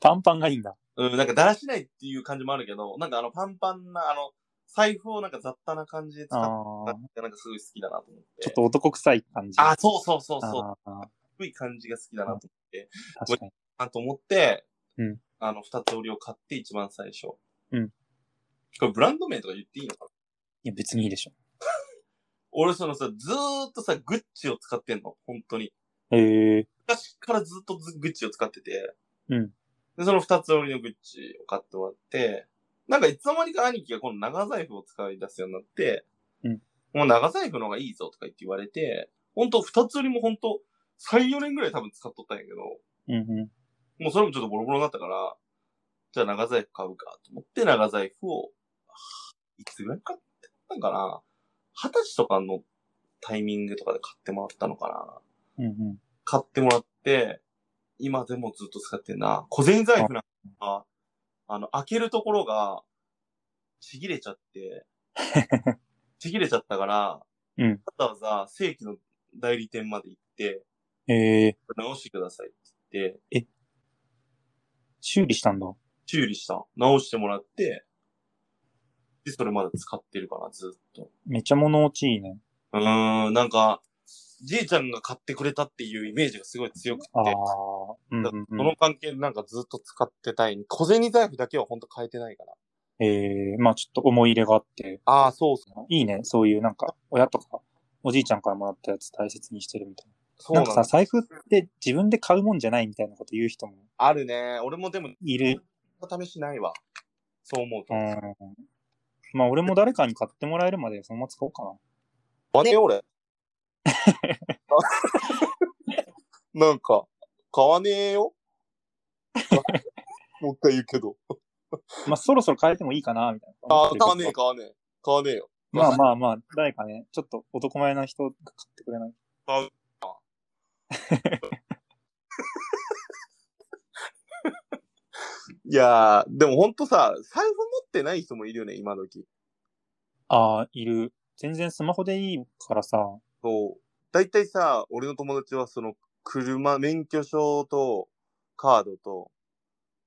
[SPEAKER 3] パンパンがいいんだ。
[SPEAKER 1] うん、なんかだらしないっていう感じもあるけど、なんかあのパンパンな、あの、財布をなんか雑多な感じで使
[SPEAKER 3] あ
[SPEAKER 1] っ
[SPEAKER 3] あ
[SPEAKER 1] て
[SPEAKER 3] ー、
[SPEAKER 1] たなんかすごい好きだなと思って。
[SPEAKER 3] ちょっと男臭い感じ。
[SPEAKER 1] あ、そうそうそうそう。
[SPEAKER 3] あ
[SPEAKER 1] 低い感じが好きだなと
[SPEAKER 3] ー確かに。
[SPEAKER 1] あと思って、
[SPEAKER 3] うん
[SPEAKER 1] あの、二つ折りを買って一番最初。
[SPEAKER 3] うん。
[SPEAKER 1] これブランド名とか言っていいのかない
[SPEAKER 3] や、別にいいでしょ。
[SPEAKER 1] 俺そのさ、ずーっとさ、グッチを使ってんの、本当に。
[SPEAKER 3] へえ
[SPEAKER 1] 昔からずっとずグッチを使ってて。
[SPEAKER 3] うん。
[SPEAKER 1] で、その二つ折りのグッチを買ってもらって、なんかいつの間にか兄貴がこの長財布を使い出すようになって、
[SPEAKER 3] うん。
[SPEAKER 1] もう長財布の方がいいぞとか言って言われて、ほんと二つ折りもほんと3、4年ぐらい多分使っとったんやけど、
[SPEAKER 3] うんうん。
[SPEAKER 1] もうそれもちょっとボロボロになったから、じゃあ長財布買うかと思って長財布を、いつぐらい買ったんかな二十歳とかのタイミングとかで買ってもらったのかな
[SPEAKER 3] うんうん。
[SPEAKER 1] 買ってもらって、今でもずっと使ってんな。小銭財布なんか、あの、開けるところが、ちぎれちゃ って、ちぎれちゃったから、
[SPEAKER 3] うん
[SPEAKER 1] わざわざ正規の代理店まで行って、
[SPEAKER 3] えー、
[SPEAKER 1] 直してくださいって言って、
[SPEAKER 3] 修理したんだ。
[SPEAKER 1] 修理した。直してもらって、で、それまで使ってるかな、ずっと。
[SPEAKER 3] めちゃ物落ちいいね。
[SPEAKER 1] うーん、なんか、じいちゃんが買ってくれたっていうイメージがすごい強くて。
[SPEAKER 3] ああ、うんう
[SPEAKER 1] そ
[SPEAKER 3] んうん
[SPEAKER 1] の。関係でなんかずっと使ってたい。小銭財布だけはほんと変えてないから。
[SPEAKER 3] えー、まあちょっと思い入れがあって、
[SPEAKER 1] ああ、そうそう。
[SPEAKER 3] いいね。そういうなんか、親とか、おじいちゃんからもらったやつ大切にしてるみたい
[SPEAKER 1] そう
[SPEAKER 3] な。
[SPEAKER 1] な
[SPEAKER 3] なんんか
[SPEAKER 1] だ
[SPEAKER 3] さ、財布って自分で買うもんじゃないみたいなこと言う人も
[SPEAKER 1] あるね。俺もでも、
[SPEAKER 3] いる。
[SPEAKER 1] 試しないわ。そう思うと。
[SPEAKER 3] う
[SPEAKER 1] 待
[SPEAKER 3] ん。まあ俺も誰かに買ってもらえるまでそのまま使おうかな。
[SPEAKER 1] てよ、俺。 なんか、買わねえよ。 もう一回言うけど。
[SPEAKER 3] まあそろそろ変えてもいいかな、みたいな。
[SPEAKER 1] ああ、買わねえ、買わねえ。買わねえよ。
[SPEAKER 3] まあまあまあ、誰かね、ちょっと男前な人が買ってくれない。
[SPEAKER 1] いやー、でもほんとさ、財布持ってない人もいるよね、今時。
[SPEAKER 3] ああ、いる。全然スマホでいいからさ。
[SPEAKER 1] そう。だいたいさ、俺の友達はその、車、免許証と、カードと、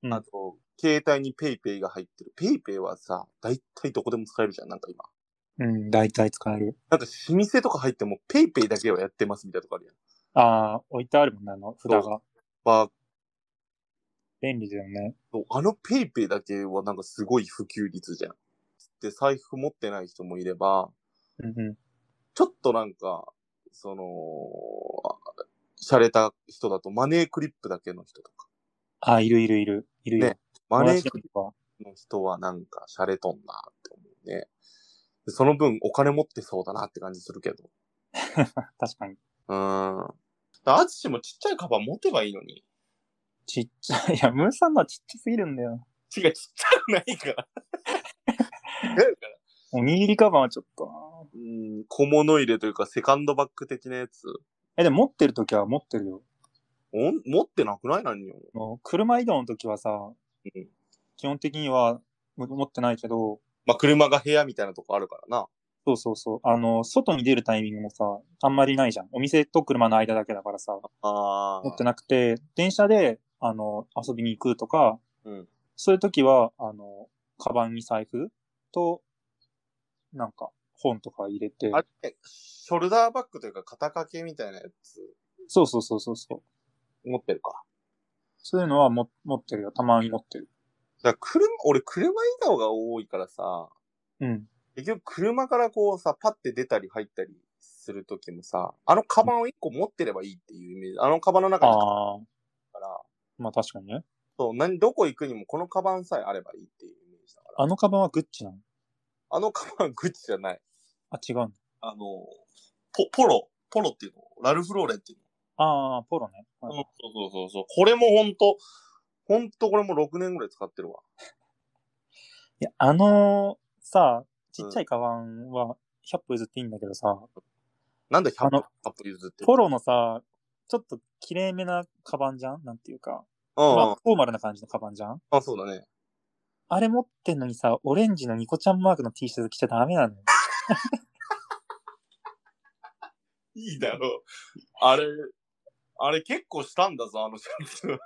[SPEAKER 3] うん
[SPEAKER 1] あと、携帯にペイペイが入ってる。ペイペイはさ、だいたいどこでも使えるじゃん、なんか今。
[SPEAKER 3] うん、大体使える。
[SPEAKER 1] なんか、老舗とか入っても、ペイペイだけはやってますみたいなとこあるやん。
[SPEAKER 3] ああ、置いてあるもんね、あの、札
[SPEAKER 1] そ
[SPEAKER 3] が。
[SPEAKER 1] まあ
[SPEAKER 3] 便利だよね。
[SPEAKER 1] そう、あのペイペイだけはなんかすごい普及率じゃん。で、財布持ってない人もいれば、
[SPEAKER 3] うんうん。
[SPEAKER 1] ちょっとなんか、その、あ洒落た人だと、マネークリップだけの人とか。
[SPEAKER 3] ああ、いるいるいる。いるよ。
[SPEAKER 1] ねマネー
[SPEAKER 3] 友達とか
[SPEAKER 1] の人はなんか洒落とんなって思うね。でその分お金持ってそうだなって感じするけど。
[SPEAKER 3] 確かに。
[SPEAKER 1] うーん。アツシもちっちゃいカバン持てばいいのに。
[SPEAKER 3] ちっちゃい。いや、ムーさんのはちっちゃすぎるんだよ。
[SPEAKER 1] 違う、ちっちゃくないから。違うから。
[SPEAKER 3] おにぎりカバンはちょっとな。
[SPEAKER 1] うん、小物入れというかセカンドバッグ的なやつ。
[SPEAKER 3] え、でも持ってるときは持ってるよ。
[SPEAKER 1] おん持ってなくない何よ。
[SPEAKER 3] もう車移動のときはさ、
[SPEAKER 1] うん
[SPEAKER 3] 基本的にはむ持ってないけど、
[SPEAKER 1] まあ、車が部屋みたいなとこあるからな。
[SPEAKER 3] そうそうそう。あの、外に出るタイミングもさ、あんまりないじゃん。お店と車の間だけだからさ、
[SPEAKER 1] あ
[SPEAKER 3] 持って
[SPEAKER 1] あ。
[SPEAKER 3] なくて、電車で、あの、遊びに行くとか、
[SPEAKER 1] うん。
[SPEAKER 3] そういう時は、あの、カバンに財布と、なんか、本とか入れて、
[SPEAKER 1] あれえショルダーバッグというか肩掛けみたいなやつ
[SPEAKER 3] そうそうそうそうそう。
[SPEAKER 1] 持ってるか。
[SPEAKER 3] そういうのはも持ってるよ。たまに持ってる。
[SPEAKER 1] だから車、俺車移動が多いからさ、
[SPEAKER 3] うん。
[SPEAKER 1] 結局車からこうさ、パッて出たり入ったりするときもさ、あのカバンを一個持ってればいいっていうイメージ。あのカバンの中にあ
[SPEAKER 3] ああ、
[SPEAKER 1] るから、
[SPEAKER 3] まあ確かにね。
[SPEAKER 1] そう、何、どこ行くにもこのカバンさえあればいいっていうイメージだから。
[SPEAKER 3] あのカバンはグッチなの
[SPEAKER 1] あのカバングッチじゃない。
[SPEAKER 3] あ、違うの。
[SPEAKER 1] あの、ポ、ポロ、ポロっていうのラルフローレンっていう
[SPEAKER 3] ああ、ポロね。
[SPEAKER 1] の、
[SPEAKER 3] はい
[SPEAKER 1] うん、そうそうそうそう。これもほんと、ほんとこれも6年ぐらい使ってるわ。
[SPEAKER 3] いや、あのさ、ちっちゃいカバンは100歩譲っていいんだけどさ、
[SPEAKER 1] なんで100
[SPEAKER 3] あの
[SPEAKER 1] アップ譲ってる
[SPEAKER 3] ポロのさ、ちょっと綺麗めなカバンじゃんなんていうか、
[SPEAKER 1] うん
[SPEAKER 3] ま
[SPEAKER 1] う
[SPEAKER 3] あ
[SPEAKER 1] ん。
[SPEAKER 3] フォーマルな感じのカバンじゃん
[SPEAKER 1] あ、そうだね。
[SPEAKER 3] あれ持ってんのにさ、オレンジのニコちゃんマークの T シャツ着ちゃダメなのよ。
[SPEAKER 1] いいだろう。あれ、あれ結構したんだぞ、あのシャツ。
[SPEAKER 3] その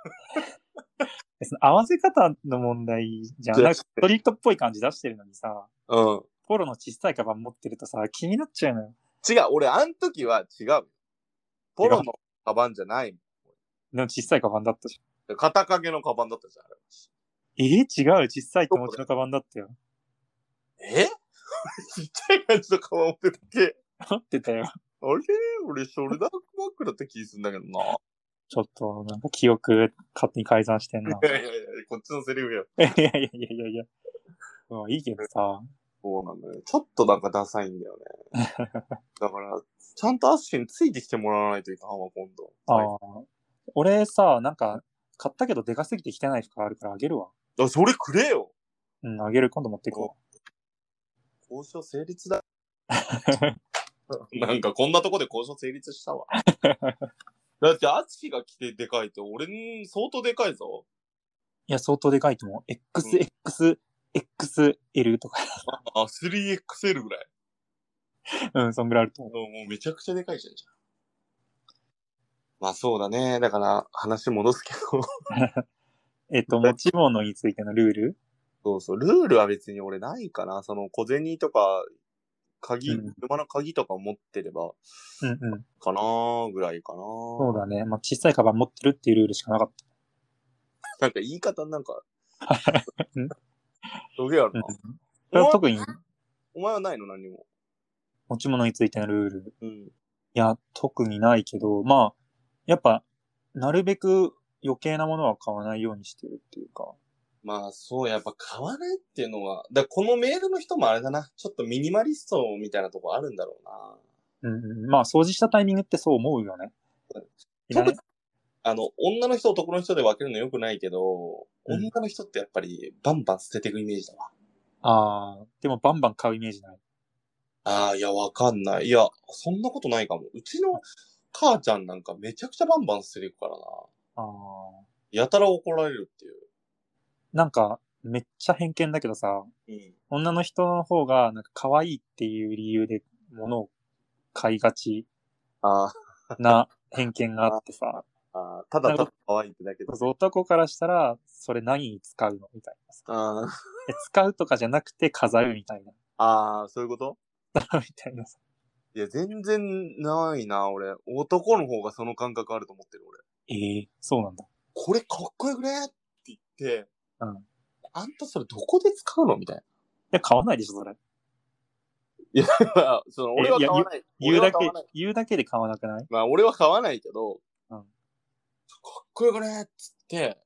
[SPEAKER 3] 合わせ方の問題じゃん。
[SPEAKER 1] そう
[SPEAKER 3] なんかストリートっぽい感じ出してるのにさ、
[SPEAKER 1] うん。
[SPEAKER 3] ポロの小さいカバン持ってるとさ、気になっちゃうのよ。
[SPEAKER 1] 違う、俺、あん時は違う。ポロのカバンじゃない。
[SPEAKER 3] でも小さいカバンだったじ
[SPEAKER 1] 肩掛けのカバンだったじゃんあ
[SPEAKER 3] ゃん。え違う小さい手持ちのカバンだったよ。
[SPEAKER 1] れ。えちっちゃい感じのカバン持ってたっけ
[SPEAKER 3] 持ってたよ。
[SPEAKER 1] あれ俺、ショルダーバッグだった気するんだけどな。
[SPEAKER 3] ちょっと、なんか記憶勝手に改ざんしてんな。
[SPEAKER 1] いやいやいや、こっちのセリフや。
[SPEAKER 3] いやいやいやいやいや。まあいいけどさ、
[SPEAKER 1] そうなんだよね。ちょっとなんかダサいんだよね。 だから、ちゃんとアッシュについてきてもらわないといかんわ、今度。
[SPEAKER 3] ああ。俺さ、なんか、買ったけどでかすぎて着てない服あるからあげるわ。
[SPEAKER 1] あ、それくれよ。
[SPEAKER 3] うん、あげる。今度持っていこ
[SPEAKER 1] 交渉成立だ。 なんかこんなとこで交渉成立した わ。だって、あつきが来てでかいって、俺ん相当でかいぞ。
[SPEAKER 3] う。いや、相当でかいと思う。XXXL とか。
[SPEAKER 1] あ、3XL ぐらい。
[SPEAKER 3] うん、そんぐらいあると思う。
[SPEAKER 1] もうめちゃくちゃでかいじゃん、じゃん。まあそうだね。だから、話戻すけど。
[SPEAKER 3] えっと、持ち物についてのルール
[SPEAKER 1] そうそう。ルールは別に俺ないかな。その小銭とか、鍵、
[SPEAKER 3] うん
[SPEAKER 1] 車の鍵とか持ってれば、
[SPEAKER 3] うんうん。
[SPEAKER 1] かなーぐらいかな
[SPEAKER 3] そ
[SPEAKER 1] そう
[SPEAKER 3] だね。まあ、小さいカバン持ってるっていうルールしかなかっ
[SPEAKER 1] なんか言い方なんか
[SPEAKER 3] うん、
[SPEAKER 1] どげある
[SPEAKER 3] た。う
[SPEAKER 1] な。
[SPEAKER 3] ん。それは特に
[SPEAKER 1] お前はないの何も。
[SPEAKER 3] 持ち物についてのルール。
[SPEAKER 1] うん。
[SPEAKER 3] いや、特にないけど、まあ、やっぱ、なるべく余計なものは買わないようにしてるっていうか。
[SPEAKER 1] まあそう、やっぱ買わないっていうのは、だからこのメールの人もあれだな。ちょっとミニマリストみたいなとこあるんだろうな。
[SPEAKER 3] うんうん。まあ、掃除したタイミングってそう思うよね。いらない
[SPEAKER 1] あの、女の人、男の人で分けるの良くないけど、
[SPEAKER 3] うん
[SPEAKER 1] 女の人ってやっぱりバンバン捨てていくイメージだわ。
[SPEAKER 3] ああ、でもバンバン買うイメージない。
[SPEAKER 1] ああ、いや、わかんない。いや、そんなことないかも。うちの母ちゃんなんかめちゃくちゃバンバン捨てていくからな。
[SPEAKER 3] ああ。
[SPEAKER 1] やたら怒られるって
[SPEAKER 3] なんか、めっちゃ偏見だけどさ、
[SPEAKER 1] いう。
[SPEAKER 3] 女の人の方が、なんか可愛いっていう理由で物を買いがち
[SPEAKER 1] うん。あ
[SPEAKER 3] な偏見があってさ、
[SPEAKER 1] あ、ただただ可愛いってだけど。
[SPEAKER 3] そう男からしたら、それ何に使うのみたいなさ。
[SPEAKER 1] あー
[SPEAKER 3] え使うとかじゃなくて飾るみたいな。
[SPEAKER 1] あー、そういうこと
[SPEAKER 3] みたいなさ。
[SPEAKER 1] いや、全然ないな、俺。男の方がその感覚あると思ってる、俺。
[SPEAKER 3] ええそうなんだ。
[SPEAKER 1] これかっこよくねって言って、
[SPEAKER 3] うん。
[SPEAKER 1] あんたそれどこで使うのみたいな。
[SPEAKER 3] いや、買わないでしょ、それ。
[SPEAKER 1] その俺はい
[SPEAKER 3] や
[SPEAKER 1] 買わない。
[SPEAKER 3] 言うだけ
[SPEAKER 1] 俺は買わない、
[SPEAKER 3] 言うだけで買わなくない
[SPEAKER 1] まあ、俺は買わないけど、
[SPEAKER 3] うん
[SPEAKER 1] かっこよくねっつって、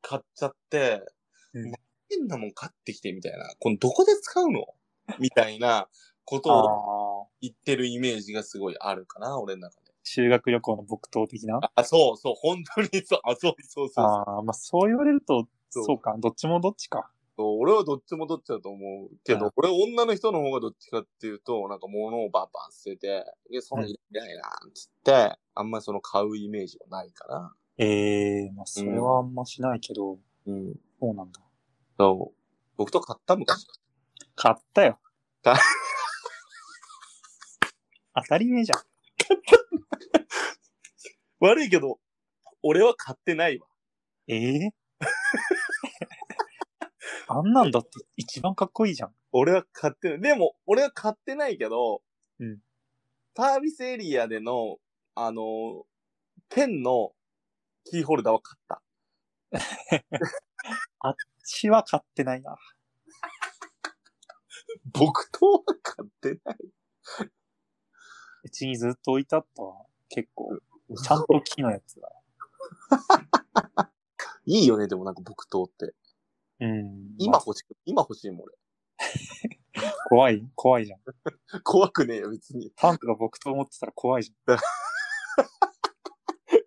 [SPEAKER 1] 買っちゃって、
[SPEAKER 3] うん
[SPEAKER 1] 変なもん買ってきてみたいな、このどこで使うのみたいなことを
[SPEAKER 3] あ。
[SPEAKER 1] 言ってるイメージがすごいあるかな、俺の中で。
[SPEAKER 3] 修学旅行の木刀的な。
[SPEAKER 1] あ、そうそう、本当にそう、あ、そうそうそうそう
[SPEAKER 3] ああ、まあそう言われると、
[SPEAKER 1] そう
[SPEAKER 3] そうか、どっちもどっちか。
[SPEAKER 1] そう俺はどっちもどっちだと思うけど、
[SPEAKER 3] うん
[SPEAKER 1] 俺女の人の方がどっちかっていうと、なんか物をバンバン捨てて、で、そんなにいらないな、つって、あんまりその買うイメージはないかな。
[SPEAKER 3] ええまあそれはあんましないけど、
[SPEAKER 1] うん。
[SPEAKER 3] そうなんだ。
[SPEAKER 1] そう。僕と買った昔。
[SPEAKER 3] 買ったよ。
[SPEAKER 1] 買っ
[SPEAKER 3] 当たり前じゃん。
[SPEAKER 1] 悪いけど、俺は買ってないわ。
[SPEAKER 3] え えあんなんだって一番かっこいいじゃん。
[SPEAKER 1] 俺は買ってない。でも、俺は買ってないけど、
[SPEAKER 3] うん
[SPEAKER 1] サービスエリアでの、あのー、ペンのキーホルダーは買った。
[SPEAKER 3] 血は買ってないな。
[SPEAKER 1] 僕とは買ってない。
[SPEAKER 3] うちにずっと置いてあったわ。結構。ちゃんと木のやつだ。
[SPEAKER 1] いいよね、でもなんか僕とって。
[SPEAKER 3] うん。
[SPEAKER 1] 今欲しく、今欲しいもん
[SPEAKER 3] 怖い、怖いじゃん。
[SPEAKER 1] 俺。怖くねえよ、別に。
[SPEAKER 3] タンクが僕と思ってたら怖いじ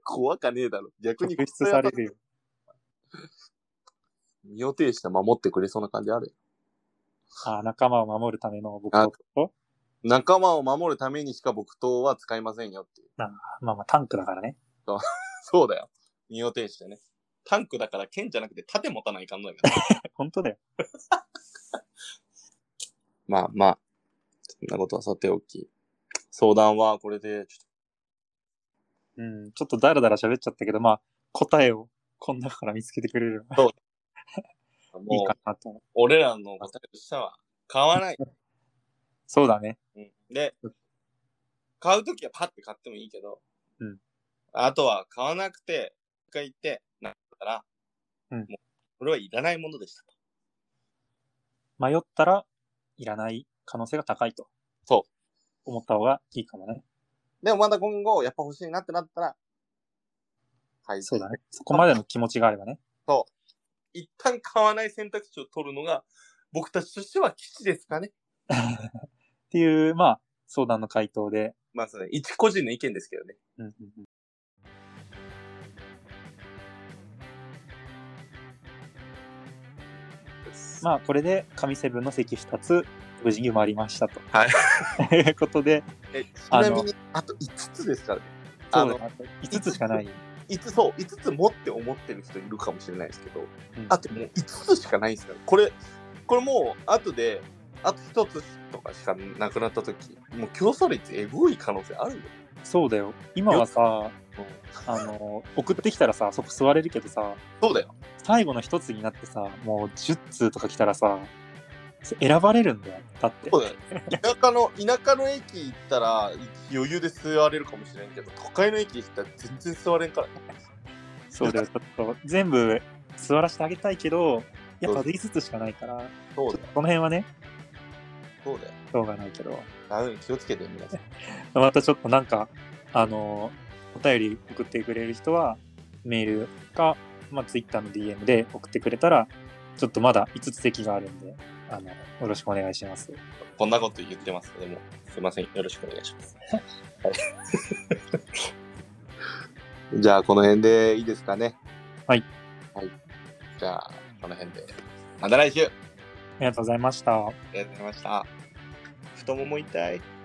[SPEAKER 1] 怖かねえだろ。
[SPEAKER 3] ゃ
[SPEAKER 1] 逆
[SPEAKER 3] ん。
[SPEAKER 1] に、
[SPEAKER 3] 特出されるよ。
[SPEAKER 1] 身を挺して守ってくれそうな感じあるよ。
[SPEAKER 3] あー仲間を守るための僕
[SPEAKER 1] あ
[SPEAKER 3] とと。
[SPEAKER 1] 仲間を守るためにしか僕とは使いませんよっていう。
[SPEAKER 3] まあまあタンクだからね。
[SPEAKER 1] そうだよ。身を挺してね。タンクだから剣じゃなくて盾持たないかんのやから。
[SPEAKER 3] 本当だよ。
[SPEAKER 1] まあまあ、そんなことはさておき。相談はこれで、ちょ
[SPEAKER 3] うん。ちょっとダラダラ喋っちゃったけど、まあ答えをこんなから見つけてくれる
[SPEAKER 1] っともう、
[SPEAKER 3] いいかなと思う。
[SPEAKER 1] 俺らの答えとしては、買わない。
[SPEAKER 3] そうだね。
[SPEAKER 1] うんで、買うときはパッて買ってもいいけど、
[SPEAKER 3] うん
[SPEAKER 1] あとは買わなくて、一回行って、なったら、
[SPEAKER 3] うん
[SPEAKER 1] もう、これはいらないものでした。
[SPEAKER 3] 迷ったらいらない可能性が高いと。。
[SPEAKER 1] そう
[SPEAKER 3] 思った方がいいかもね。
[SPEAKER 1] でもまだ今後、やっぱ欲しいなってなったら、はい。
[SPEAKER 3] そうだね。そこまでの気持ちがあればね。
[SPEAKER 1] 一旦買わない選択肢を取るのが、僕たちとしては基地ですかね。
[SPEAKER 3] っていう、まあ相談の回答で。
[SPEAKER 1] まあ、それ、一個人の意見ですけどね。
[SPEAKER 3] うんうんうん
[SPEAKER 1] です。
[SPEAKER 3] まあ、これで神セブンの席2つ、無事に埋まりましたと。
[SPEAKER 1] はい。
[SPEAKER 3] ということで、
[SPEAKER 1] えちなみに、あと5つですからね。あ
[SPEAKER 3] そう
[SPEAKER 1] の
[SPEAKER 3] だな。5つしかない。
[SPEAKER 1] 5つ、そう、5つ持って思ってる人いるかもしれないですけど、
[SPEAKER 3] うん
[SPEAKER 1] あともう5つしかないんですから、これ、これもう、後で、あと1つとかしかなくなった時もう競争率えぐい可能性あるよ。
[SPEAKER 3] そうだよ。今はさ、あの、送ってきたらさ、そこ座れるけどさ、
[SPEAKER 1] そうだよ。
[SPEAKER 3] 最後の1つになってさ、もう10通とか来たらさ、選ばれるんだよ。だって。
[SPEAKER 1] そうだよ。田舎の、田舎の駅行ったら余裕で座れるかもしれんけど、都会の駅行ったら全然座れんから。
[SPEAKER 3] そうだよ。ちょっと、全部座らせてあげたいけど、やっぱ5つしかないから、
[SPEAKER 1] そう
[SPEAKER 3] ち
[SPEAKER 1] だ
[SPEAKER 3] ょっ
[SPEAKER 1] よ
[SPEAKER 3] と。この辺はね、
[SPEAKER 1] そうだよ。
[SPEAKER 3] しょうがないけど。
[SPEAKER 1] あの気をつけて皆さん。
[SPEAKER 3] またちょっとなんか、あのーお便り送ってくれる人は、メールか、まあ、ツイッターの DM で送ってくれたら、ちょっとまだ5つ席があるんで、あの、よろしくお願いします。
[SPEAKER 1] こんなこと言ってますけども、すいません。よろしくお願いします。はい、 じゃあ、この辺でいいですかね。
[SPEAKER 3] はい。
[SPEAKER 1] はい。じゃあ、この辺で。また来週あ
[SPEAKER 3] ありがとうございました。
[SPEAKER 1] りがとうございました。太もも痛い。